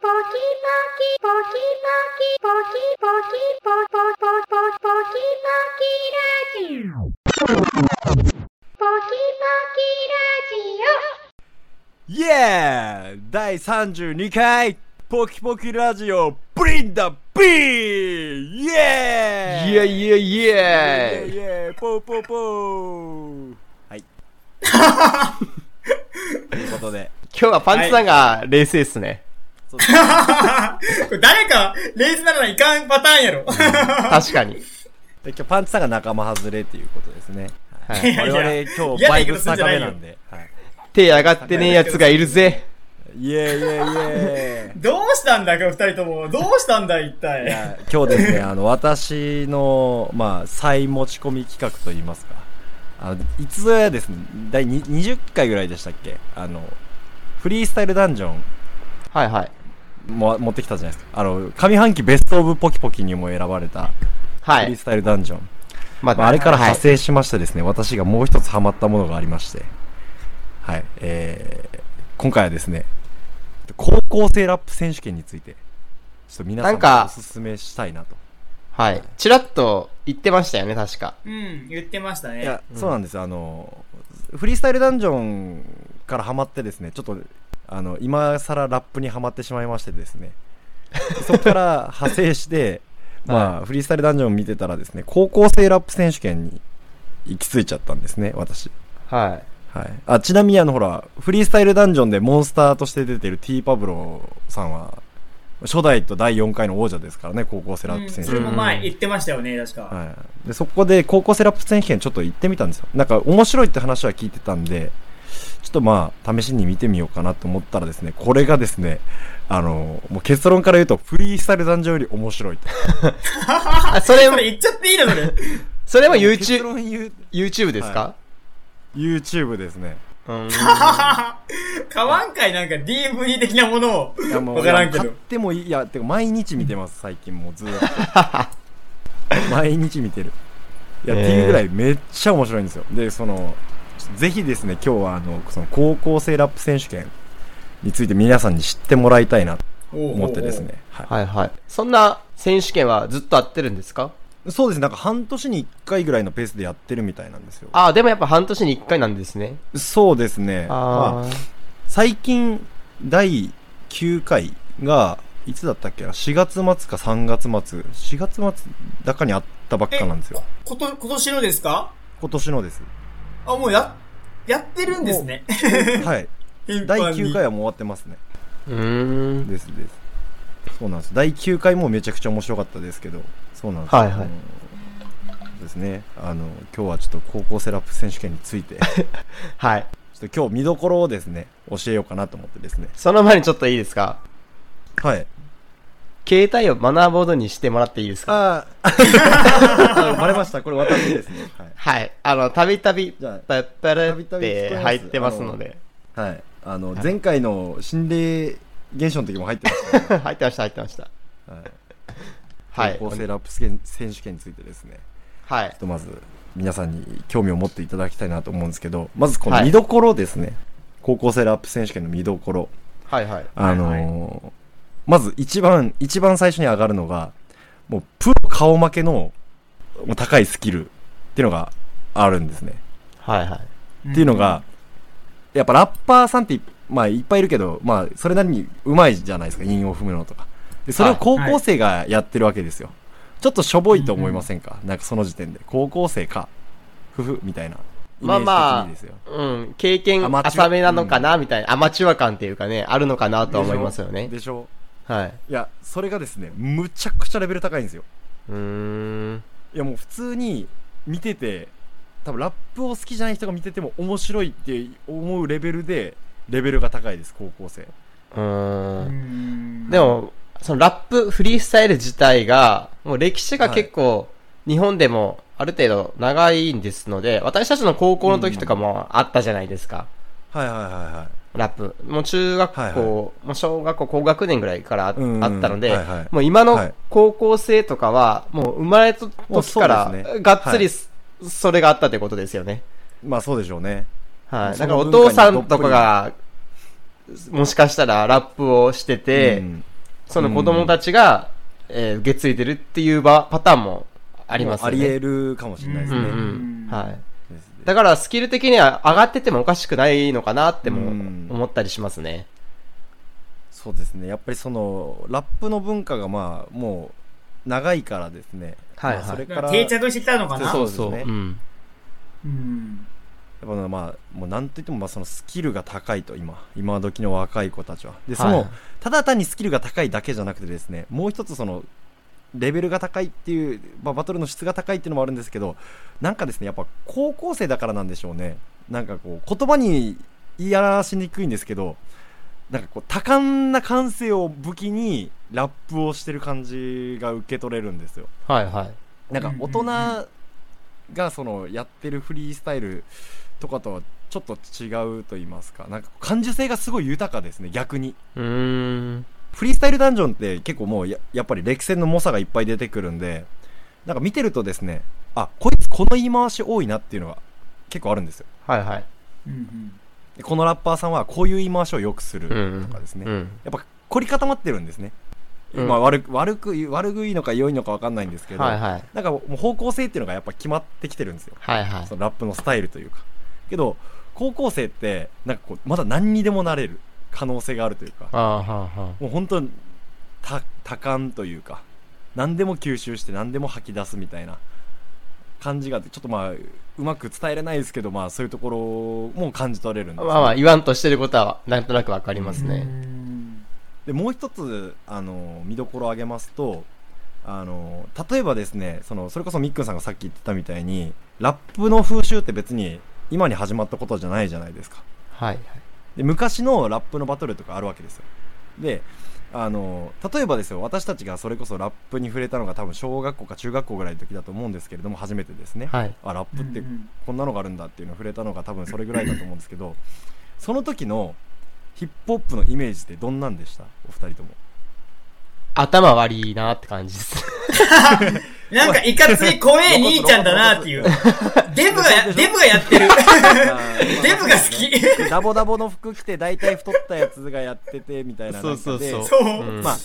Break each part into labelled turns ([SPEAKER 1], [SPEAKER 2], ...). [SPEAKER 1] ポキポキポキポキポキポキポポポポポキポキラジオポキポキラジオ
[SPEAKER 2] イエーイ第32回ポキポキラジオブリンダビーイエーイ
[SPEAKER 3] イエイエイイ
[SPEAKER 2] イエイイ
[SPEAKER 3] エ
[SPEAKER 2] エイポーポーポーはい。ということで、
[SPEAKER 3] 今日はパンチさんが冷静っすね。
[SPEAKER 2] そうですね
[SPEAKER 4] これ誰か、レイズならいかんパターンやろ。
[SPEAKER 3] 確かに。
[SPEAKER 2] で今日パンツさんが仲間外れということですね。
[SPEAKER 3] はい
[SPEAKER 2] はい
[SPEAKER 4] やいや
[SPEAKER 2] 我々今日バイブス高めなんで。はい
[SPEAKER 3] 手上がってねえやつがいるぜ。
[SPEAKER 2] イエーイイエーイイエーイ
[SPEAKER 4] どうしたんだ、今日二人とも。どうしたんだ、一
[SPEAKER 2] い
[SPEAKER 4] 体。
[SPEAKER 2] や今日ですね、あの、私の、まあ、再持ち込み企画といいますか。あの、いつぞやですね、第に20回ぐらいでしたっけあの、フリースタイルダンジョン
[SPEAKER 3] はいはい。
[SPEAKER 2] も持ってきたじゃないですか。あの、上半期ベストオブポキポキにも選ばれた、
[SPEAKER 3] は
[SPEAKER 2] フリー
[SPEAKER 3] い。
[SPEAKER 2] スタイルダンジョン。
[SPEAKER 3] ま
[SPEAKER 2] まあ、あれから
[SPEAKER 3] はい
[SPEAKER 2] 派生しましてですね、私がもう一つハマったものがありまして、はい、えー、今回はですね、高校生ラップ選手権について、ちょっと皆さん
[SPEAKER 3] なん
[SPEAKER 2] に
[SPEAKER 3] か
[SPEAKER 2] おすすめしたいなと。
[SPEAKER 3] はい。チラッと言ってましたよね、確か。
[SPEAKER 4] うん、言ってました
[SPEAKER 2] い
[SPEAKER 4] ね。
[SPEAKER 2] や、そうなんですよあの、フリースタイルダンジョンからハマってですね、ちょっと、あの、今更ラップにハマってしまいましてです ね、そこから派生して、まあ、フリースタイルダンジョンを見てたらですね、高校生ラップ選手権に行き着いちゃったんですね、私。
[SPEAKER 3] は
[SPEAKER 2] はい。あ、ちなみにあの、ほら、フリースタイルダンジョンでモンスターとして出てる T パブロさんは、初代と第4回の王者ですからね、高校生ラッ
[SPEAKER 4] うん
[SPEAKER 2] プ選手
[SPEAKER 4] そ
[SPEAKER 2] 権。
[SPEAKER 4] れも前言ってましたよね、確か。
[SPEAKER 2] はい。で、そこで高校生ラップ選手権ちょっと行ってみたんですよ。なんか面白いって話は聞いてたんで、ちょっとまあ、試しに見てみようかなと思ったらですね、これがですね、あの、もう結論から言うと、フリースタイルダンジョンより面白いと。
[SPEAKER 3] い。あ、それ
[SPEAKER 4] そ、れ言っちゃっていいの、それ。
[SPEAKER 3] それも
[SPEAKER 2] 結
[SPEAKER 3] YouTube、
[SPEAKER 2] 論言う
[SPEAKER 3] YouTube ですか、
[SPEAKER 2] YouTube ですね。
[SPEAKER 3] うーん。
[SPEAKER 4] 買わんかい、なんか DVD 的なものを。
[SPEAKER 2] いやもう
[SPEAKER 4] わからんけど
[SPEAKER 2] いや買ってもいいいやてか毎日見てます最近もうずーっ と毎日見てるいや、
[SPEAKER 3] えー
[SPEAKER 2] っていうぐらいめっちゃ面白いんですよでそのぜひですね今日はあのその高校生ラップ選手権について皆さんに知ってもらいたいなと思ってですね、は
[SPEAKER 3] はいはい。そんな選手権はずっとやってるんですか
[SPEAKER 2] い、そうですねなんか半年に1回ぐらいのペースでやってるみたいなんですよ
[SPEAKER 3] あ、でもやっぱ半年に1回なんですね。
[SPEAKER 2] そうですねまあ
[SPEAKER 3] あ
[SPEAKER 2] 最近第9回がいつだったっけな4月末か3月末4月末だかにあったばっ
[SPEAKER 4] おうおうおう。
[SPEAKER 2] かなんですよ
[SPEAKER 4] えここと、今年のですか
[SPEAKER 2] 今年のです
[SPEAKER 4] あ、もうや、やってるんですね。
[SPEAKER 2] はい
[SPEAKER 4] 頻
[SPEAKER 2] 第
[SPEAKER 4] 繁に
[SPEAKER 2] 9回はもう終わってますね
[SPEAKER 3] ー。うーん。
[SPEAKER 2] ですですそうなんです第9回もめちゃくちゃ面白かったですけどそうなんです
[SPEAKER 3] はいはい
[SPEAKER 2] あのですねあの今日はちょっと高校セラップ選手権につい てちょ
[SPEAKER 3] はい。
[SPEAKER 2] っと今日見どころをですね教えようかなと思ってですね
[SPEAKER 3] その前にちょっといいですか
[SPEAKER 2] はい
[SPEAKER 3] 携帯をマナーボードにしてもらっていいです
[SPEAKER 2] あ
[SPEAKER 3] か
[SPEAKER 2] あ バレましたこれ私ですねはい
[SPEAKER 3] はい。あの、たびたび、
[SPEAKER 2] じゃあ
[SPEAKER 3] パッパラった
[SPEAKER 2] びたび聞こえ
[SPEAKER 3] て
[SPEAKER 2] ます
[SPEAKER 3] 入ってますので。
[SPEAKER 2] はい。あの、前回の心霊現象の時も入ってましたね、
[SPEAKER 3] 入ってました、入ってました。
[SPEAKER 2] はい
[SPEAKER 3] はい。
[SPEAKER 2] 高校生ラップ選選手権についてですね、
[SPEAKER 3] はい
[SPEAKER 2] ちょっ。とまず、皆さんに興味を持っていただきたいなと思うんですけど、まずこの
[SPEAKER 3] はい
[SPEAKER 2] 見どころですね。高校生ラップ選手権の見どころ。
[SPEAKER 3] はい、はい。
[SPEAKER 2] あのー
[SPEAKER 4] はい
[SPEAKER 2] まず一番、一番最初に上がるのが、もうプロ顔負けのもう高いスキルっていうのがあるんですね。
[SPEAKER 3] はい、はい。
[SPEAKER 2] っていうのが、やっぱラッパーさんってい、まあ、いっぱいいるけど、まあ、それなりにうまいじゃないですか、韻を踏むのとか。で、それを高校生がやってるわけですよ。ちょっとしょぼいと思いませんか、なんかその時点で。高校生か。ふふ、みたいな。イメ
[SPEAKER 3] ま
[SPEAKER 2] ー
[SPEAKER 3] あ
[SPEAKER 2] ジ
[SPEAKER 3] ま
[SPEAKER 2] 的にですよ。
[SPEAKER 3] あ、うん、経験
[SPEAKER 2] アマチュア
[SPEAKER 3] 浅めなのかな、みたいな、アマチュア感っていうかね、あるのかなとは思いますよね。
[SPEAKER 2] でしょ
[SPEAKER 3] はい。
[SPEAKER 2] いや、それがですね、むちゃくちゃレベル高いんですよ。
[SPEAKER 3] うーん。
[SPEAKER 2] いや、もう普通に見てて、多分ラップを好きじゃない人が見てても面白いって思うレベルで、レベルが高いです、高校生。
[SPEAKER 3] うーん。
[SPEAKER 4] ん
[SPEAKER 3] で、も、そのラップ、フリースタイル自体が、もう歴史が結構、日本でもある程度長いんですので、私たちの高校の時とかもあったじゃないですか。
[SPEAKER 2] はいはいはいはい。
[SPEAKER 3] ラップ。もう中学校、
[SPEAKER 2] はいはい
[SPEAKER 3] もう小学校高学年ぐらいからあ,、
[SPEAKER 2] うんうん
[SPEAKER 3] ったので、
[SPEAKER 2] はいはい
[SPEAKER 3] もう今
[SPEAKER 2] は
[SPEAKER 3] の
[SPEAKER 2] い
[SPEAKER 3] 高校生とかは、もう生まれた
[SPEAKER 2] もう
[SPEAKER 3] 時
[SPEAKER 2] そう
[SPEAKER 3] か
[SPEAKER 2] ですね
[SPEAKER 3] ら、がっつ
[SPEAKER 2] はい
[SPEAKER 3] りす、それがあったということですよね。
[SPEAKER 2] まあそうでしょうね。
[SPEAKER 3] は
[SPEAKER 2] もう
[SPEAKER 3] い。
[SPEAKER 2] そ
[SPEAKER 3] だか
[SPEAKER 2] の
[SPEAKER 3] らお
[SPEAKER 2] 文化
[SPEAKER 3] 父
[SPEAKER 2] に
[SPEAKER 3] さんとかが、もしかしたらラップをしてて、
[SPEAKER 2] うん
[SPEAKER 3] その子供たちが、えー受け継いでるっていう場パターンもあります
[SPEAKER 2] あ
[SPEAKER 3] よ
[SPEAKER 2] り
[SPEAKER 3] ね。
[SPEAKER 2] 得るかもしれないです
[SPEAKER 3] うん
[SPEAKER 2] ね。
[SPEAKER 3] うん。はい。
[SPEAKER 2] ですね
[SPEAKER 3] だからスキル的には上がっててもおかしくないのかなっても
[SPEAKER 2] うん
[SPEAKER 3] 思ったりしますね。
[SPEAKER 2] そうですねやっぱりそのラップの文化がまあもう長いからですね、
[SPEAKER 3] はいはい
[SPEAKER 2] まあそれから
[SPEAKER 4] 定着してきたのかな
[SPEAKER 2] そう
[SPEAKER 3] う
[SPEAKER 2] そうですね
[SPEAKER 3] ん。
[SPEAKER 4] うん。
[SPEAKER 2] やっぱまあもうなんといってもまあそのスキルが高いと今今時の若い子たちはでその、
[SPEAKER 3] はい
[SPEAKER 2] ただ単にスキルが高いだけじゃなくてですねもう一つそのレベルが高いっていう、まあ、バトルの質が高いっていうのもあるんですけどなんかですねやっぱ高校生だからなんでしょうねなんかこう言葉に言い表しにくいんですけどなんかこう多感な感性を武器にラップをしてる感じが受け取れるんですよ
[SPEAKER 3] はいはい。
[SPEAKER 2] なんか
[SPEAKER 4] うんうん
[SPEAKER 2] 大
[SPEAKER 4] うん
[SPEAKER 2] 人がそのやってるフリースタイルとかとはちょっと違うと言いますかなんか感受性がすごい豊かですね逆に
[SPEAKER 3] うーん。
[SPEAKER 2] フリースタイルダンジョンって結構もうややっぱり歴戦の猛者がいっぱい出てくるんでなんか見てるとですねあこいつこの言い回し多いなっていうのが結構あるんですよ
[SPEAKER 3] はいはい。
[SPEAKER 4] うんうん
[SPEAKER 2] でこのラッパーさんはこういう言い回しをよくする
[SPEAKER 3] うん
[SPEAKER 2] とかですね、
[SPEAKER 3] うん。
[SPEAKER 2] やっぱ凝り固まってるんですね、
[SPEAKER 3] うん
[SPEAKER 2] まあ悪く悪く言う悪くいいのか良いのか分かんないんですけど、
[SPEAKER 3] はいはい。
[SPEAKER 2] なんかもう方向性っていうのがやっぱ決まってきてるんですよ
[SPEAKER 3] はいはい
[SPEAKER 2] そ。のラップのスタイルというかけど高校生ってなんかこうまだ何にでもなれる可能性があるというか
[SPEAKER 3] ああ、はあ、は
[SPEAKER 2] もう本当に多多感というか何でも吸収して何でも吐き出すみたいな感じがあってちょっとまあうまく伝えれないですけどまあそういうところも感じ取れるんです
[SPEAKER 3] あ。
[SPEAKER 2] よ
[SPEAKER 3] まあまあ、言わんとしてることは、なんとなくわかります
[SPEAKER 4] う
[SPEAKER 3] ね。
[SPEAKER 4] ん。
[SPEAKER 2] でもう一つあの見どころを挙げますとあの例えばですねそのそれこそみっくんさんがさっき言ってたみたいにラップの風習って別に今に始まったことじゃないじゃないですか
[SPEAKER 3] はいはい。
[SPEAKER 2] で昔のラップのバトルとかあるわけですよであの例えばですよ私たちがそれこそラップに触れたのが多分小学校か中学校ぐらいの時だと思うんですけれども初めてですね、
[SPEAKER 3] はい。
[SPEAKER 2] あラップって
[SPEAKER 4] うんうん
[SPEAKER 2] こんなのがあるんだっていうのを触れたのが多分それぐらいだと思うんですけどその時のヒップホップのイメージってどんなんでしたお二人とも
[SPEAKER 3] 頭悪いなって感じです。
[SPEAKER 4] なんかいかつい怖え兄ちゃんだな っていう。デブが、デブがやってる。 デブが好 き。
[SPEAKER 2] ダボダボの服着て大体太ったやつがやっててみたいななんかで
[SPEAKER 3] そうそう
[SPEAKER 4] そう。
[SPEAKER 3] うん
[SPEAKER 2] まあ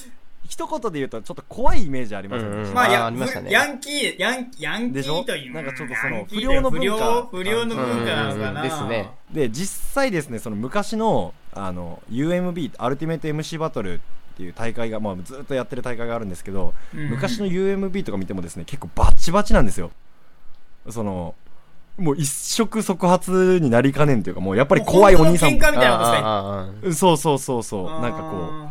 [SPEAKER 2] 一言で言うとちょっと怖いイメージありますよね、
[SPEAKER 3] うんうん
[SPEAKER 4] まあ、
[SPEAKER 3] あーあ
[SPEAKER 4] や
[SPEAKER 3] りましたね
[SPEAKER 4] ヤンキー、ヤンヤンキ
[SPEAKER 2] でしょ
[SPEAKER 4] ーという。
[SPEAKER 2] なんかちょっとその
[SPEAKER 4] ヤンキ
[SPEAKER 2] 不
[SPEAKER 4] ー
[SPEAKER 2] 良の文化
[SPEAKER 4] 不良、不良の文化なのか
[SPEAKER 3] うんうんう
[SPEAKER 4] な。
[SPEAKER 3] んですね。
[SPEAKER 2] で実際ですねその昔のあの UMB アルティメット MC バトルっていう大会が、まあ、ずっとやってる大会があるんですけど、
[SPEAKER 4] うん
[SPEAKER 2] 昔の UMB とか見てもですね結構バチバチなんですよそのもう一触即発になりかねんというかもうやっぱり怖いお兄さん
[SPEAKER 4] もう本当の喧嘩みたいなことしたい
[SPEAKER 3] あーあーあー
[SPEAKER 2] そうそうそうそうなんかこう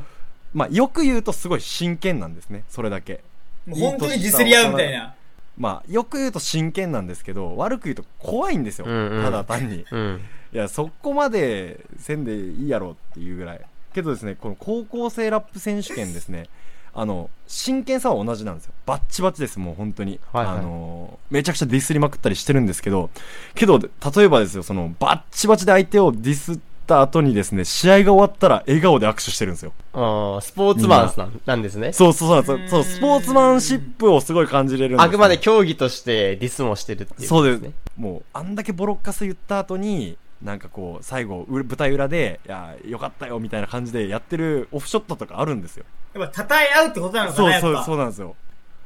[SPEAKER 2] まあよく言うとすごい真剣なんですねそれだけ
[SPEAKER 4] う。もう本当にディスり合うみたいな。
[SPEAKER 2] まあよく言うと真剣なんですけど悪く言うと怖いんですよ、
[SPEAKER 3] うんうん
[SPEAKER 2] ただ単に
[SPEAKER 3] うん。
[SPEAKER 2] いや、そこまでせんでいいやろっていうぐらい。けどですね、この高校生ラップ選手権ですね、あの、真剣さは同じなんですよ。バッチバチです、もう本当に。
[SPEAKER 3] はいはい
[SPEAKER 2] あのー、めちゃくちゃディスりまくったりしてるんですけど、けど、例えばですよ、その、バッチバチで相手をディスった後にですね、試合が終わったら笑顔で握手してるんですよ。
[SPEAKER 3] ああ、スポーツマンスなんなんですね。
[SPEAKER 2] そうそうそうなんですよそう、スポーツマンシップをすごい感じれるんですよ
[SPEAKER 3] あくまで競技としてディスもしてるっていうこ
[SPEAKER 2] そう
[SPEAKER 3] と
[SPEAKER 2] で
[SPEAKER 3] ですすね。
[SPEAKER 2] もうあんだけボロッカス言った後になんかこう最後う舞台裏で「いやよかったよ」みたいな感じでやってるオフショットとかあるんですよ
[SPEAKER 4] やっぱ、叩え合うってことなのか
[SPEAKER 2] そ
[SPEAKER 4] な、
[SPEAKER 2] う
[SPEAKER 4] やっぱ。
[SPEAKER 2] そうそうなんですよ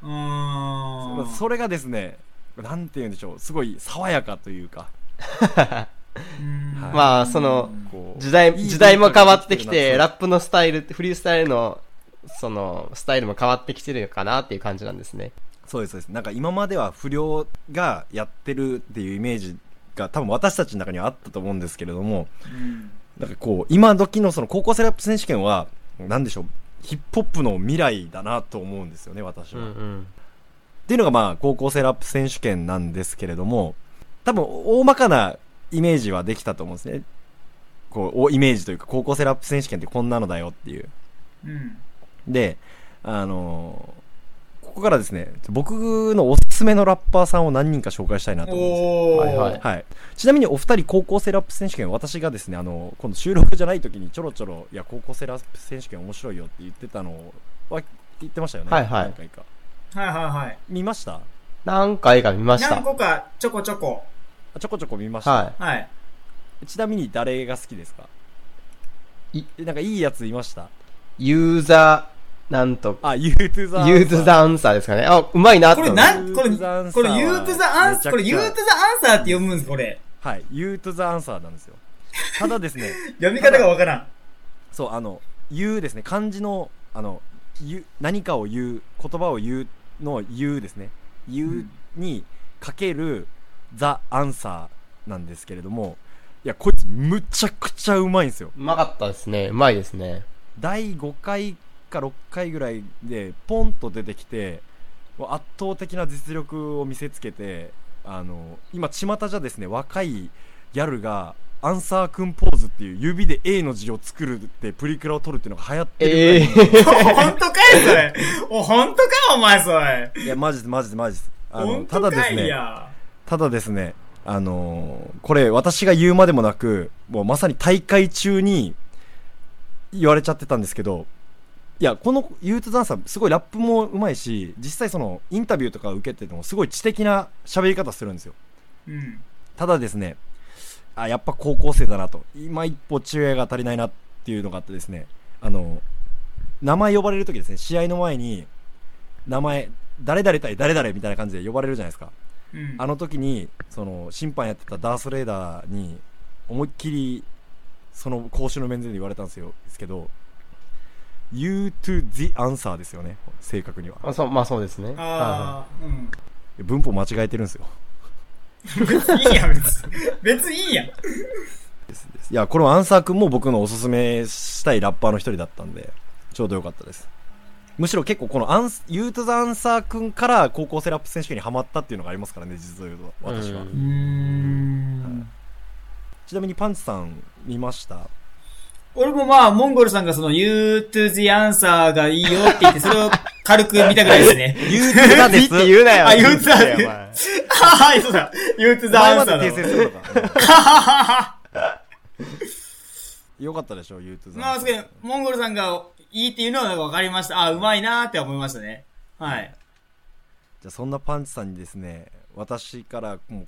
[SPEAKER 4] うーん。
[SPEAKER 2] それがですねなんて言うんでしょうすごい爽やかというか
[SPEAKER 4] うん
[SPEAKER 2] はい
[SPEAKER 3] まあ、その、
[SPEAKER 2] こう
[SPEAKER 3] 時代、
[SPEAKER 2] いい
[SPEAKER 3] 時代も変わってき
[SPEAKER 2] 文化がで
[SPEAKER 3] て、
[SPEAKER 2] る
[SPEAKER 3] ラ
[SPEAKER 2] な
[SPEAKER 3] ップのスタイルって、フリースタイルの、その、スタイルも変わってきてるかなっていう感じなんですね。
[SPEAKER 2] そうですそうですなんか今までは不良がやってるっていうイメージが多分私たちの中にはあったと思うんですけれども
[SPEAKER 4] うん
[SPEAKER 2] なんかこう今時のその高校生ラップ選手権はなんでしょうヒップホップの未来だなと思うんですよね私
[SPEAKER 3] う
[SPEAKER 2] は、
[SPEAKER 3] んうん。
[SPEAKER 2] っていうのがまあ高校生ラップ選手権なんですけれども、多分大まかなイメージはできたと思うんですね。こう、おイメージというか高校生ラップ選手権ってこんなのだよっていう。
[SPEAKER 4] うん。
[SPEAKER 2] で、あのーここからですね、僕のおすすめのラッパーさんを何人か紹介したいなと思うんですよ。
[SPEAKER 4] おー。
[SPEAKER 3] はいはい
[SPEAKER 2] はい、ちなみにお二人高校生ラップ選手権私がですねあの今度収録じゃない時にちょろちょろいや高校生ラップ選手権面白いよって言ってたのは言ってましたよね
[SPEAKER 3] はいはい
[SPEAKER 2] 何回か
[SPEAKER 4] はいはいはい。
[SPEAKER 2] 見ました
[SPEAKER 3] 何回か見ました
[SPEAKER 4] 何。個か、ちょこちょこ。
[SPEAKER 2] あちょこちょこ見ました、
[SPEAKER 3] は
[SPEAKER 4] はい。
[SPEAKER 2] ちなみに誰が好きですか
[SPEAKER 3] い
[SPEAKER 2] えなんかいいやついました
[SPEAKER 3] い。ユーザなんと、
[SPEAKER 2] あ、ユートゥザ
[SPEAKER 3] ユーズ・ザ・アンサーですかね。あ、うまいなと
[SPEAKER 4] こ
[SPEAKER 3] 思
[SPEAKER 4] れ
[SPEAKER 3] う。
[SPEAKER 4] なん、これ、
[SPEAKER 2] ユートゥザアンサーは
[SPEAKER 4] これ、ユー
[SPEAKER 2] めちゃ
[SPEAKER 4] トゥザアンサー、これ、ユ
[SPEAKER 2] くちゃ
[SPEAKER 4] ートゥザアンサーって読むんです、これ。
[SPEAKER 2] はい、ユートゥザアンサーなんですよ。ただですね、
[SPEAKER 4] 読み方がわからん。
[SPEAKER 2] そう、あの、言うですね、漢字の、あの、言う、何かを言う、言葉を言うの言うですね。言うにかけるザ・アンサーなんですけれども、いや、こいつむちゃくちゃうまいんですよ。
[SPEAKER 3] うまかったですね。うまいですね。
[SPEAKER 2] 第5回か6回ぐらいでポンと出てきてもう圧倒的な実力を見せつけてあの今巷じゃですね若いギャルがアンサー君ポーズっていう指で A の字を作るってプリクラを撮るっていうのが流行ってるぐら
[SPEAKER 3] え
[SPEAKER 2] い
[SPEAKER 3] え
[SPEAKER 4] 本当かい、それ。お、本当か、お前、それ。
[SPEAKER 2] いやマジですマジですマジですあの
[SPEAKER 4] 本
[SPEAKER 2] た
[SPEAKER 4] 当
[SPEAKER 2] だで
[SPEAKER 4] か
[SPEAKER 2] す
[SPEAKER 4] い
[SPEAKER 2] ね
[SPEAKER 4] や。
[SPEAKER 2] ただですねあのーこれ私が言うまでもなくもうまさに大会中に言われちゃってたんですけどいやこのユートザンさんすごいラップもうまいし実際そのインタビューとか受けててもすごい知的な喋り方するんですよ
[SPEAKER 4] うん。
[SPEAKER 2] ただですねあやっぱ高校生だなと今一歩知恵が足りないなっていうのがあってですねあの名前呼ばれる時ですね試合の前に名前誰々対誰々みたいな感じで呼ばれるじゃないですか
[SPEAKER 4] うん。
[SPEAKER 2] あの時にその審判やってたダース・レーダーに思いっきりその講習の面前で言われたんですよですけど「You to the answer」ですよね正確には
[SPEAKER 3] あそう、まあそうですね。は
[SPEAKER 4] ああ、うん。
[SPEAKER 2] 文法間違えてるんですよ
[SPEAKER 4] 別にいいやん、別に。別にいいやん。
[SPEAKER 2] いやこのアンサー君も僕のおすすめしたいラッパーの一人だったんでちょうどよかったですむしろ結構このアンス「You to the answer」君から高校生ラップ選手権にハマったっていうのがありますからね実を言うと
[SPEAKER 3] いはい
[SPEAKER 2] 私は、
[SPEAKER 3] うん
[SPEAKER 4] ん。
[SPEAKER 2] ちなみにパンチさん見ました
[SPEAKER 4] 俺もまあ、モンゴルさんがその、You to the answer がいいよって言って、それを軽く見たぐらいです
[SPEAKER 2] 「
[SPEAKER 4] ね。
[SPEAKER 2] You to the
[SPEAKER 3] ピ
[SPEAKER 2] です」
[SPEAKER 3] ッて言うなよ。
[SPEAKER 4] あ言うなよ
[SPEAKER 3] ピッて言うなよ
[SPEAKER 4] あ はい、そうだ。You to the
[SPEAKER 2] 前
[SPEAKER 4] answer
[SPEAKER 2] まで
[SPEAKER 4] だ
[SPEAKER 2] 訂正するのか
[SPEAKER 4] わ。
[SPEAKER 2] よかったでしょ、ユートゥ
[SPEAKER 4] まあ、
[SPEAKER 2] ザ
[SPEAKER 4] すげえ、モンゴルさんがいいっていうのはなんかわかりました。あ、うまいなーって思いましたね。はい。
[SPEAKER 2] じゃあそんなパンチさんにですね、私からもう、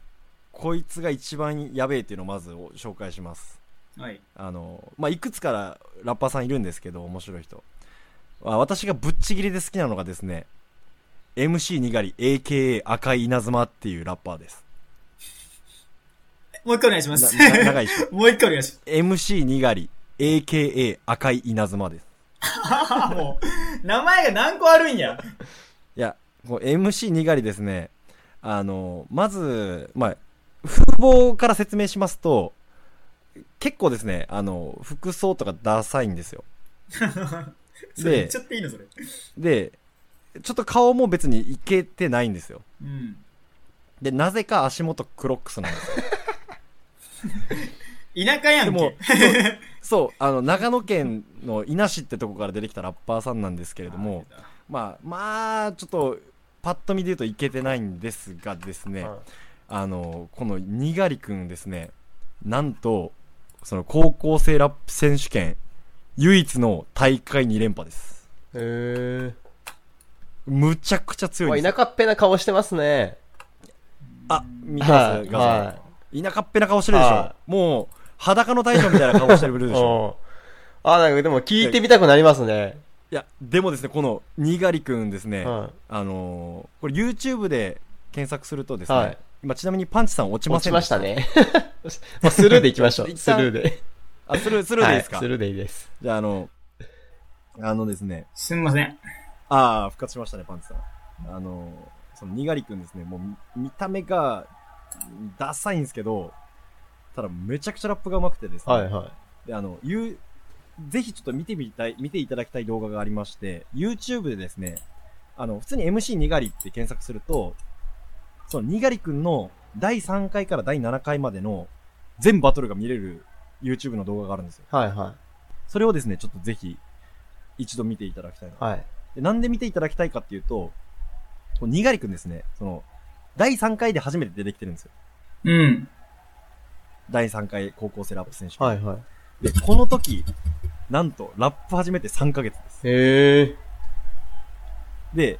[SPEAKER 2] こいつが一番やべえっていうのをまずお紹介します。
[SPEAKER 4] はい。
[SPEAKER 2] あの、まあ、いくつからラッパーさんいるんですけど、面白い人。あ私がぶっちぎりで好きなのがですね、MC にがり AKA 赤い稲妻っていうラッパーです。
[SPEAKER 4] もう一回お願いします。
[SPEAKER 2] なな長いっし
[SPEAKER 4] もう一回お願いし
[SPEAKER 2] MC にがり AKA 赤い稲妻です。
[SPEAKER 4] ます。あもう、名前が何個あるんや。
[SPEAKER 2] いや、こう MC にがりですね、あの、まず、まあ、風貌から説明しますと、結構ですね、あの、服装とかダサいんですよ。
[SPEAKER 4] それ
[SPEAKER 2] で
[SPEAKER 4] 言っちゃっていいのそれ。
[SPEAKER 2] で、ちょっと顔も別にいけてないんですよ。
[SPEAKER 4] うん。
[SPEAKER 2] で、なぜか足元クロックスなん ですよ。
[SPEAKER 4] 田舎や
[SPEAKER 2] で
[SPEAKER 4] ん
[SPEAKER 2] も
[SPEAKER 4] け。、
[SPEAKER 2] そう、あの、長野県の伊那市ってとこから出てきたラッパーさんなんですけれども、まあ、まあ、ちょっと、パッと見で言うといけてないんですがですね、
[SPEAKER 3] うん
[SPEAKER 2] あのこのにがりくんですねなんとその高校生ラップ選手権唯一の大会2連覇です
[SPEAKER 3] へ
[SPEAKER 2] むちゃくちゃ強い
[SPEAKER 3] え。
[SPEAKER 2] です
[SPEAKER 3] 田舎っぺな顔してますね。
[SPEAKER 2] あ見てます
[SPEAKER 3] はい
[SPEAKER 2] 画
[SPEAKER 3] は
[SPEAKER 2] 像田舎っぺな顔してるでしょ
[SPEAKER 3] は
[SPEAKER 2] もう裸の大将みたいな顔してるでしょ
[SPEAKER 3] うんあ、なんかでも聞いてみたくなりますね。
[SPEAKER 2] いやでもですねこのにがりくんですね、
[SPEAKER 3] は
[SPEAKER 2] あのーこれ YouTube で検索するとですね、
[SPEAKER 3] はい
[SPEAKER 2] 今ちなみにパンチさん落ち
[SPEAKER 3] い。
[SPEAKER 2] ま
[SPEAKER 3] 落
[SPEAKER 2] せ
[SPEAKER 3] ち
[SPEAKER 2] んで
[SPEAKER 3] ましたね。 もうスルーでいきましょう。
[SPEAKER 2] 一
[SPEAKER 3] ス
[SPEAKER 2] 旦
[SPEAKER 3] ルーで。
[SPEAKER 2] あスルースルーでいいですか、
[SPEAKER 3] はいスルーでいいです。
[SPEAKER 2] じゃああのあのですね
[SPEAKER 4] すみません。
[SPEAKER 2] ああ、復活しましたね、パンツさん。あの、その、にがりくんですね、もうみ、見た目が、ダサいんですけど、ただ、めちゃくちゃラップが上手くてですね、
[SPEAKER 3] はいは
[SPEAKER 2] で、あの、ゆう、ぜひちょっと見てみたい、見ていただきたい動画がありまして、YouTube でですね、あの、普通に MC にがりって検索すると、その、にがりくんの第3回から第7回までの全バトルが見れる YouTube の動画があるんですよ。
[SPEAKER 3] い。はいは
[SPEAKER 2] それをですね、ちょっとぜひ、一度見ていただきたいなと
[SPEAKER 3] い。はい。
[SPEAKER 2] で、なんで見ていただきたいかっていうと、こうにがりくんですね、その、第3回で初めて出てきてるんですよ。
[SPEAKER 4] うん。
[SPEAKER 2] 第3回高校生ラップ選手権。
[SPEAKER 3] はいはい。
[SPEAKER 2] で、この時、なんと、ラップ始めて3ヶ月です。
[SPEAKER 3] へえ。
[SPEAKER 2] で、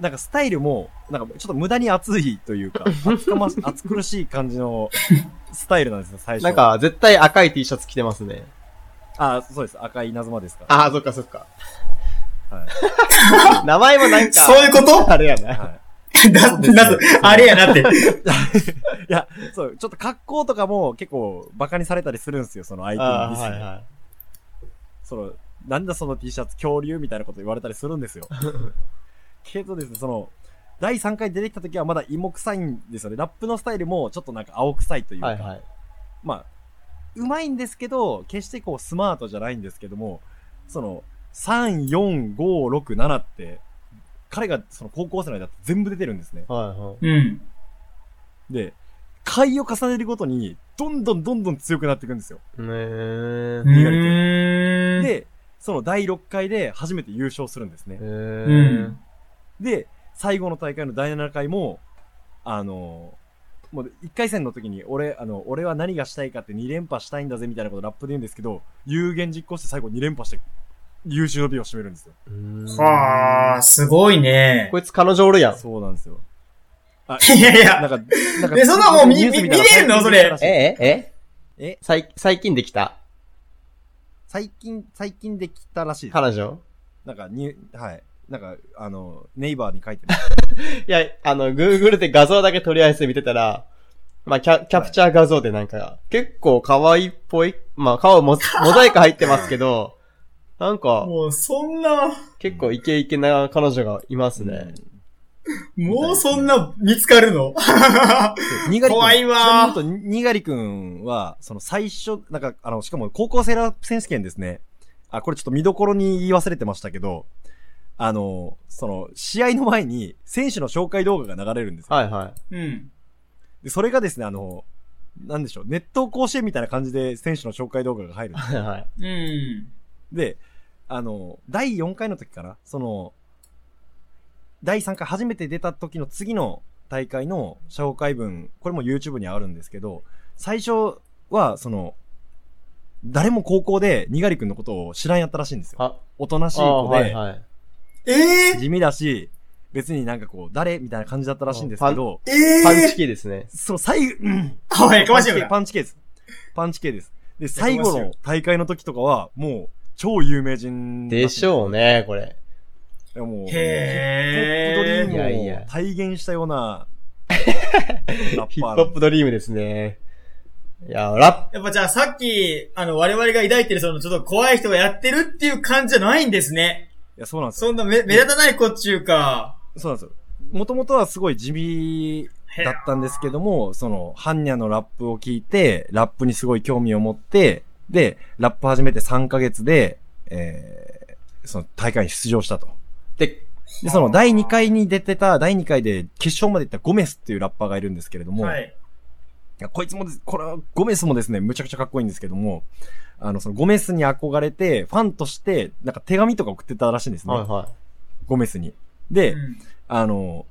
[SPEAKER 2] なんかスタイルも、なんかちょっと無駄に熱いという か、厚かまし、厚苦しい感じのスタイルなんですよ、最初。
[SPEAKER 3] なん、か、絶対赤い T シャツ着てますね。
[SPEAKER 2] あ、そうです。赤い稲妻ですから。
[SPEAKER 3] ああ、そっかそっか。
[SPEAKER 2] はい。
[SPEAKER 3] 名前もなんか、
[SPEAKER 4] そういうこと
[SPEAKER 3] あれやな。
[SPEAKER 2] は
[SPEAKER 4] だ、だ、あれやなって。
[SPEAKER 2] い、いや、そう、ちょっと格好とかも結構バカにされたりするんですよ、その相手
[SPEAKER 3] あ
[SPEAKER 2] に
[SPEAKER 3] ー
[SPEAKER 2] リスに、
[SPEAKER 3] はいは
[SPEAKER 2] その、なんだその T シャツ恐竜みたいなこと言われたりするん ですよ。けどですね、その、第3回出てきた時はまだ芋臭いんですよね。ラップのスタイルもちょっとなんか青臭いという
[SPEAKER 3] い。
[SPEAKER 2] か、
[SPEAKER 3] はいはい。
[SPEAKER 2] まあ、うまいんですけど、決してこうスマートじゃないんですけども、その、3、4、5、6、7って、彼がその高校生の間って全部出てるんですね。
[SPEAKER 3] はいはい。
[SPEAKER 4] うん。
[SPEAKER 2] で、回を重ねるごとに、どんどんどんどん強くなっていくんですよ。
[SPEAKER 3] ね
[SPEAKER 4] う
[SPEAKER 3] ー。
[SPEAKER 4] ーん。
[SPEAKER 2] で、その第6回で初めて優勝するんですね。
[SPEAKER 4] う
[SPEAKER 3] え
[SPEAKER 4] ん。
[SPEAKER 2] で、最後の大会の第7回も、あのーもう1回戦の時に、俺、あの、俺は何がしたいかって2連覇したいんだぜみたいなことをラップで言うんですけど、有言実行して最後2連覇して、優秀の美を占めるんですよ。
[SPEAKER 4] はあ、すごいね。
[SPEAKER 3] こいつ彼女おるやん。
[SPEAKER 2] そうなんですよ。あ、
[SPEAKER 4] いやい
[SPEAKER 2] なん
[SPEAKER 4] や、
[SPEAKER 2] か、なんか、
[SPEAKER 4] えそんなもう見
[SPEAKER 2] ニュースたいな
[SPEAKER 4] 見見れるのそれ
[SPEAKER 2] 最近出たらしい
[SPEAKER 3] えええ
[SPEAKER 2] え
[SPEAKER 3] 最最近できた
[SPEAKER 2] 最近、最近できたらしいです。
[SPEAKER 3] 彼女
[SPEAKER 2] なんか、に、はい。なんか、あの、ネイバーに書いてる。
[SPEAKER 3] いや、あの、Google で画像だけとりあえず見てたら、まあ、キャキャプチャー画像でなんか、結構可愛いっぽい、まあ、顔も、モザイク入ってますけど、なんか、
[SPEAKER 4] もうそんな、
[SPEAKER 3] 結構イケイケな彼女がいますね。
[SPEAKER 4] もうそんな見つかるの
[SPEAKER 2] にがりくん
[SPEAKER 4] 怖いわー
[SPEAKER 2] ちなみに言うと、にがりくんは、その最初、なんか、あの、しかも高校セーラー選手権ですね。あ、これちょっと見どころに言い忘れてましたけど、あの、その、試合の前に、選手の紹介動画が流れるんですよ。
[SPEAKER 3] はいはい。
[SPEAKER 4] うん。
[SPEAKER 2] でそれがですね、あの、なんでしょう、熱湯甲子園みたいな感じで選手の紹介動画が入るんです。
[SPEAKER 3] はいはい。
[SPEAKER 4] うん。
[SPEAKER 2] で、あの、第4回の時かなその、第3回初めて出た時の次の大会の紹介文、これも YouTube にあるんですけど、最初は、その、誰も高校で、にがりくんのことを知らんやったらしいんですよ。
[SPEAKER 3] あ、
[SPEAKER 2] おとなしい
[SPEAKER 3] あ
[SPEAKER 2] 子
[SPEAKER 3] あ
[SPEAKER 2] で、
[SPEAKER 3] はいはい。
[SPEAKER 4] え
[SPEAKER 2] 地味だし、別になんかこう、誰みたいな感じだったらしいんですけど、
[SPEAKER 4] え
[SPEAKER 3] パンチ
[SPEAKER 4] え
[SPEAKER 3] キーですね。
[SPEAKER 2] その最後、うん
[SPEAKER 4] ー、かわいい、
[SPEAKER 2] パ
[SPEAKER 4] かま
[SPEAKER 2] ン
[SPEAKER 4] し
[SPEAKER 2] チ
[SPEAKER 4] いよ
[SPEAKER 2] 系、
[SPEAKER 4] な。
[SPEAKER 2] パンチ系です。パンチ系です。で、
[SPEAKER 4] かまし
[SPEAKER 2] 最
[SPEAKER 4] いよ
[SPEAKER 2] 後の大会の時とかは、もう、超有名人らいん
[SPEAKER 3] ですしょうね、これ。
[SPEAKER 2] いやもう、ヒップホッ
[SPEAKER 4] へ
[SPEAKER 2] プ
[SPEAKER 4] ー。
[SPEAKER 2] ド
[SPEAKER 3] いや
[SPEAKER 2] リ
[SPEAKER 3] い
[SPEAKER 2] ーム
[SPEAKER 3] や
[SPEAKER 2] を体現したような、ラッ
[SPEAKER 3] ヒ
[SPEAKER 2] パ
[SPEAKER 3] ップ
[SPEAKER 2] ー
[SPEAKER 3] ホッ
[SPEAKER 2] の
[SPEAKER 3] プドリームですね。いや、ラ
[SPEAKER 4] やっぱじゃあさっき、あの、我々が抱いてるそのちょっと怖い人がやってるっていう感じじゃないんですね。
[SPEAKER 2] いや、そうなんですよ。
[SPEAKER 4] そんな目目立たない子っちゅうか。
[SPEAKER 2] そうなんですよ。もともとはすごい地味だったんですけども、その、ハンニャのラップを聞いて、ラップにすごい興味を持って、で、ラップ始めて3ヶ月で、えー、その大会に出場したと。
[SPEAKER 3] ッで、
[SPEAKER 2] で、その第2回に出てた、第2回で決勝まで行ったゴメスっていうラッパーがいるんですけれども、
[SPEAKER 4] はい。
[SPEAKER 2] いやこいつもです、これはゴメスもですね、むちゃくちゃかっこいいんですけども、あの、そのゴメスに憧れて、ファンとして、なんか手紙とか送ってたらしいんですね。
[SPEAKER 3] はいは
[SPEAKER 2] ゴメスに。で、
[SPEAKER 4] うん
[SPEAKER 2] あの、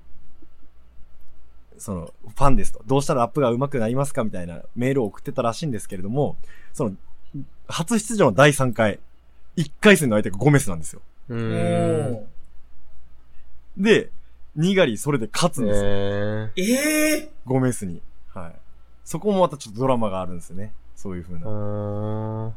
[SPEAKER 2] その、ファンですと。どうしたらラップが上手くなりますかみたいなメールを送ってたらしいんですけれども、その、初出場の第3回、1回戦の相手がゴメスなんですよ。
[SPEAKER 3] い。う
[SPEAKER 4] お
[SPEAKER 3] ーん。
[SPEAKER 4] ー
[SPEAKER 2] で、にがりそれで勝つんですよ。
[SPEAKER 3] え
[SPEAKER 4] ええ
[SPEAKER 2] ゴメスに。はい。そこもまたちょっとドラマがあるんですよね。そういう風な
[SPEAKER 3] ー。う。ーん。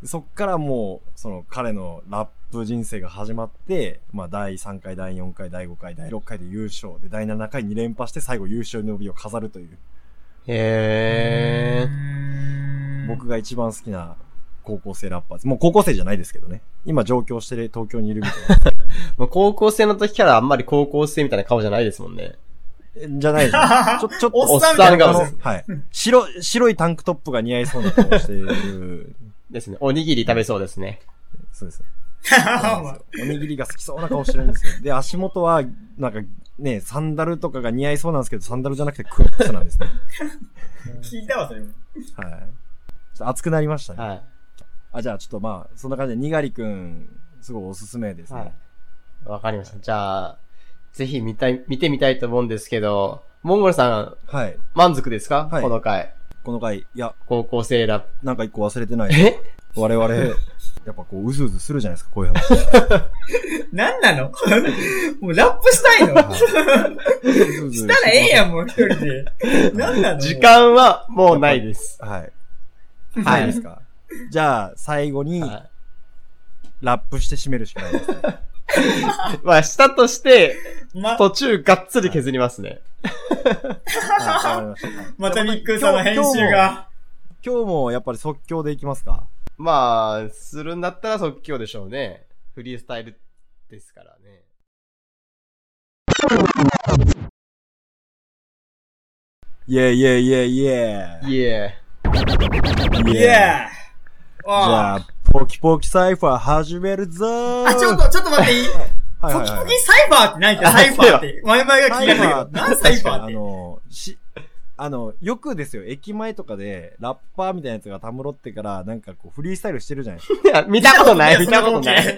[SPEAKER 2] でそっからもう、その彼のラップ人生が始まって、まあ第3回、第4回、第5回、第6回で優勝。で、第7回に連覇して最後優勝の美を飾るという、
[SPEAKER 3] へえ。
[SPEAKER 2] 僕が一番好きな高校生ラッパーです。もう高校生じゃないですけどね。今上京して東京にいるみたいな
[SPEAKER 3] もう高校生の時からあんまり高校生みたいな顔じゃないですもんね。
[SPEAKER 2] え。じゃないです。ちょ、ちょっと、
[SPEAKER 4] おっさん
[SPEAKER 3] おっさん
[SPEAKER 4] が
[SPEAKER 3] が
[SPEAKER 2] あのはい。白、白いタンクトップが似合いそうな顔してる。
[SPEAKER 3] ですね。おにぎり食べそうですね。
[SPEAKER 2] そうです。そうなんですよおにぎりが好きそうな顔してるんですよ。で、足元は、なんかね、サンダルとかが似合いそうなんですけど、サンダルじゃなくてクロックスなんですね。
[SPEAKER 4] 聞いたわ、それ。
[SPEAKER 2] はい。ちょっと熱くなりましたね。
[SPEAKER 3] は
[SPEAKER 2] あ、じゃあちょっとまあ、そんな感じで、にがりくん、すごいおすすめで
[SPEAKER 3] い。
[SPEAKER 2] すね。
[SPEAKER 3] は、い。わかりました。じゃあ、ぜひ見たい、見てみたいと思うんですけど、モンゴルさん、
[SPEAKER 2] はい。
[SPEAKER 3] 満足ですか、
[SPEAKER 2] はい
[SPEAKER 3] この回。
[SPEAKER 2] この回、いや、
[SPEAKER 3] 高校生ラップ。
[SPEAKER 2] なんか一個忘れてない。
[SPEAKER 3] え
[SPEAKER 2] 我 々、やっぱこう、うずうずするじゃないですか、こういう話。
[SPEAKER 4] なんなの もうラップしたいの
[SPEAKER 2] うずうず
[SPEAKER 4] したらええやん、もう一人で。なんなの
[SPEAKER 3] 時。間はもうないです。
[SPEAKER 2] はい。
[SPEAKER 3] は
[SPEAKER 2] はい。で
[SPEAKER 3] い
[SPEAKER 2] す。か。じゃあ、最後に、
[SPEAKER 3] は
[SPEAKER 2] ラップして締めるしかない ですね。
[SPEAKER 3] まあ、したとして、
[SPEAKER 4] ま、
[SPEAKER 3] 途中がっつり削りますね。
[SPEAKER 2] はいわかりました
[SPEAKER 4] またミックさんの編集が。
[SPEAKER 2] 今日もやっぱり即興でいきますか
[SPEAKER 3] まあ、するんだったら即興でしょうね。フリースタイルですからね。
[SPEAKER 2] イェイイェイイェイイェイ
[SPEAKER 3] いえ。
[SPEAKER 4] イェーイ
[SPEAKER 2] じゃ
[SPEAKER 4] あ
[SPEAKER 2] あ、ポキポキサイファー始めるぞー
[SPEAKER 4] あ、ちょっと、ちょっと待っていい
[SPEAKER 2] はい
[SPEAKER 4] ポ
[SPEAKER 2] はい
[SPEAKER 4] キ
[SPEAKER 2] はい
[SPEAKER 4] ポキサイファーって何かサイファーって。前々が聞いたんだけど、何サイファーっ
[SPEAKER 2] あ
[SPEAKER 4] て。
[SPEAKER 2] の、し、あの、よくですよ、駅前とかで、ラッパーみたいなやつがたむろってから、なんかこう、フリースタイルしてるじ ゃないです
[SPEAKER 3] いや、見たことない、見たことない。。
[SPEAKER 2] か。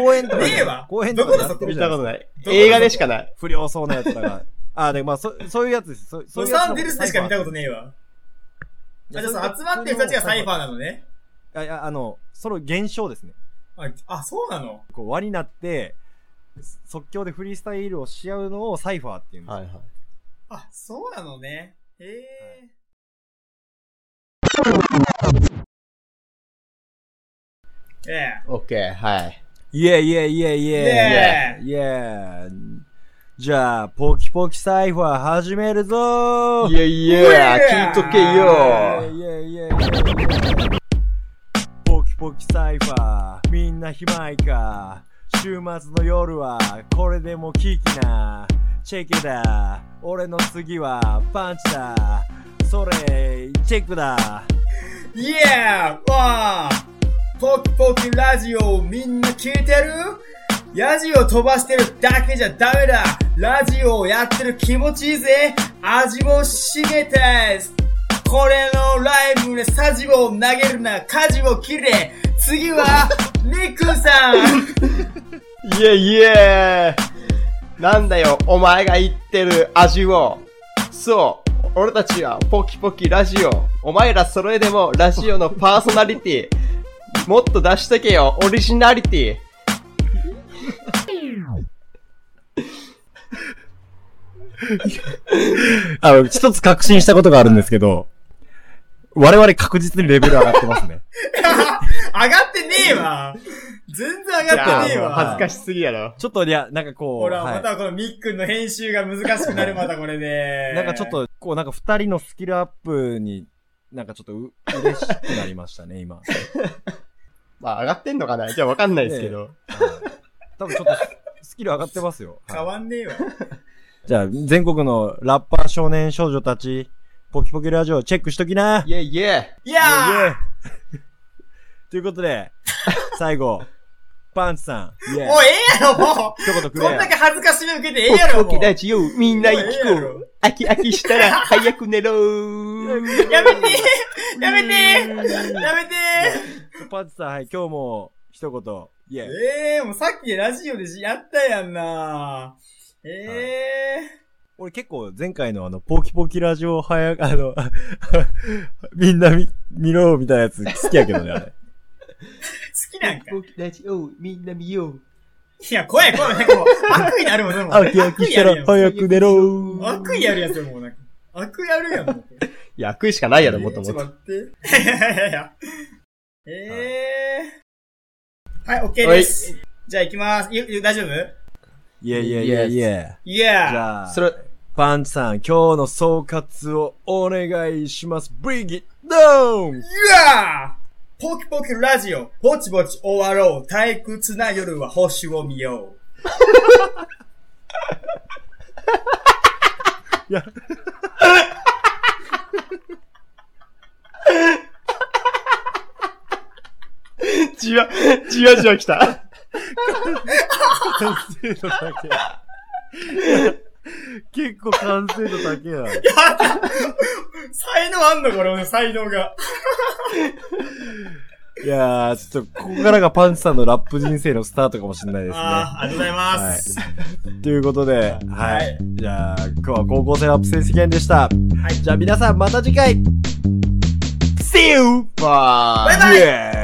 [SPEAKER 2] 公園とか
[SPEAKER 4] ねえ
[SPEAKER 2] で
[SPEAKER 4] わ、
[SPEAKER 2] 公園とかでやってる
[SPEAKER 3] 見
[SPEAKER 2] じゃ
[SPEAKER 3] た
[SPEAKER 2] ない
[SPEAKER 3] こ
[SPEAKER 2] です
[SPEAKER 3] と
[SPEAKER 2] か。
[SPEAKER 3] ない。映画でしかない。
[SPEAKER 2] 不良そうなやつらが。 あ、で、まあ、そ、そういうやつです。そそう
[SPEAKER 4] ロ
[SPEAKER 2] いうやつ
[SPEAKER 4] サンゼルスでしか見たことねえわ。あ、じゃあその集まってる人たちがサイファーなのね。
[SPEAKER 2] ー。いや、あの、その現象ですね。
[SPEAKER 4] あ、あそうなの
[SPEAKER 2] こう、輪になって、即興でフリースタイルをし合うのをサイファーっていうんですよ
[SPEAKER 3] はいはい。
[SPEAKER 4] あ、そうなのね。へえ。ええ。
[SPEAKER 3] オッケー、はい。
[SPEAKER 2] イェイイェイイェイイェイ
[SPEAKER 4] ねえ
[SPEAKER 2] イェイじゃあ、ポキポキサイファー始めるぞー
[SPEAKER 3] いやいや、聞いとけよ。
[SPEAKER 2] イェイイェイイェイポキポキサイファー、みんな暇いか。週末の夜は、これでも聞きな。チェックだ。俺の次は、パンチだ。それ、チェックだ。
[SPEAKER 4] イエーわあポキポキラジオみんな聞いてるラジオ飛ばしてるだけじゃダメだラジオをやってる気持ちいいぜ味もしげたいこれのライブでサジを投げるな舵を切れ次は、ニック さん
[SPEAKER 3] いやいや。なんだよ、お前が言ってる味を。そう、俺たちはポキポキラジオ。お前らそれでもラジオのパーソナリテ ィ。もっと出してけよ、オリジナリテ
[SPEAKER 2] あの、一つ確信したことがあるんですけど、我々確実にレベル上がってますね。
[SPEAKER 4] 上がってねえわ全然
[SPEAKER 3] ィ。
[SPEAKER 4] 上がってね
[SPEAKER 2] いや
[SPEAKER 4] え
[SPEAKER 2] ーもう恥
[SPEAKER 4] わ
[SPEAKER 2] ずか
[SPEAKER 3] しすぎやろ。
[SPEAKER 2] ちょっと、いや、なんかこう、
[SPEAKER 4] ほら、
[SPEAKER 2] はい
[SPEAKER 4] またこのミックンの編集が難しくなる、またこれで。
[SPEAKER 2] なんかちょっと、こう、なんか二人のスキルアップに、なんかちょっとう、嬉しくなりましたね、今。
[SPEAKER 3] まあ上がってんのかなじゃあわかんないですけど。
[SPEAKER 2] 多分ちょっと、スキル上がってます よ。
[SPEAKER 4] 変
[SPEAKER 2] はい
[SPEAKER 4] わん ねえわ。
[SPEAKER 2] じゃあ、全国のラッパー少年少女たち、ポキポキラジオチェックしときな
[SPEAKER 3] イェイイェイ。
[SPEAKER 4] いや
[SPEAKER 2] イ
[SPEAKER 4] ー
[SPEAKER 2] エイ ということで、最後、パンチさん、イエイ
[SPEAKER 4] もうええや ろ、もう
[SPEAKER 2] 一言くれ
[SPEAKER 4] こん
[SPEAKER 2] よ
[SPEAKER 4] だ。け恥ずかしみ受けてええ
[SPEAKER 3] ポ
[SPEAKER 4] や
[SPEAKER 3] キ
[SPEAKER 4] ろ、
[SPEAKER 3] ポ
[SPEAKER 4] も
[SPEAKER 3] キ
[SPEAKER 4] う
[SPEAKER 3] ラジオ、みんな行
[SPEAKER 4] もうええや
[SPEAKER 3] こ
[SPEAKER 4] ろ
[SPEAKER 3] う。飽き飽きした ら早く寝ろー。
[SPEAKER 4] やめてやめてやめて
[SPEAKER 2] パンチさん、はい、今日も、一言、イエイ
[SPEAKER 4] ええもうさっきラジオでやったやんなえ
[SPEAKER 2] 俺結構前回のあの、ポキポキラジオ早、あの、みんな見、見ろみたいなやつ好きやけどね、あれ。
[SPEAKER 4] え好きなんか。
[SPEAKER 3] ポキポキラジオ、みんな見よう。
[SPEAKER 4] いや、怖い怖い。なんかもう、悪意になるもん、そ れもう。
[SPEAKER 2] 飽き飽きしたら早く寝ろー。
[SPEAKER 4] 悪意やるやつよ、もうなんか。悪意やるやん、もう。
[SPEAKER 3] いや、食いしかないやろ、もっと
[SPEAKER 4] ち
[SPEAKER 3] も
[SPEAKER 4] ょ
[SPEAKER 3] っ
[SPEAKER 4] っと
[SPEAKER 3] と。
[SPEAKER 4] 待って。いやいやいや。ええはい、OK
[SPEAKER 3] はい
[SPEAKER 4] です。じゃあ行きます。ゆゆ大丈夫
[SPEAKER 2] いやいやいやいや。
[SPEAKER 4] いや
[SPEAKER 2] じゃあ
[SPEAKER 3] そ、れ、
[SPEAKER 2] パンチさん、今日の総括をお願いします。ブリギッドーン
[SPEAKER 4] いやーポキポキラジオ、ぼちぼち終わろう。退屈な夜は星を見よう。
[SPEAKER 2] いや。
[SPEAKER 3] じわ、じわじわ来た。
[SPEAKER 2] 完成度だけ。結構完成度だけや。
[SPEAKER 4] 才能あんのこれ、俺の才能が。
[SPEAKER 2] いやー、ちょっと、ここからがパンチさんのラップ人生のスタートかもしれないですね。
[SPEAKER 4] あー、ありがとうございます。
[SPEAKER 2] はい。ということで、は
[SPEAKER 4] はいい。
[SPEAKER 2] じゃあ、今日は高校生ラップ成績編でした。
[SPEAKER 4] はい
[SPEAKER 2] じゃあ皆さんまた次回 !See you!
[SPEAKER 3] バ
[SPEAKER 4] バイバイ
[SPEAKER 2] イ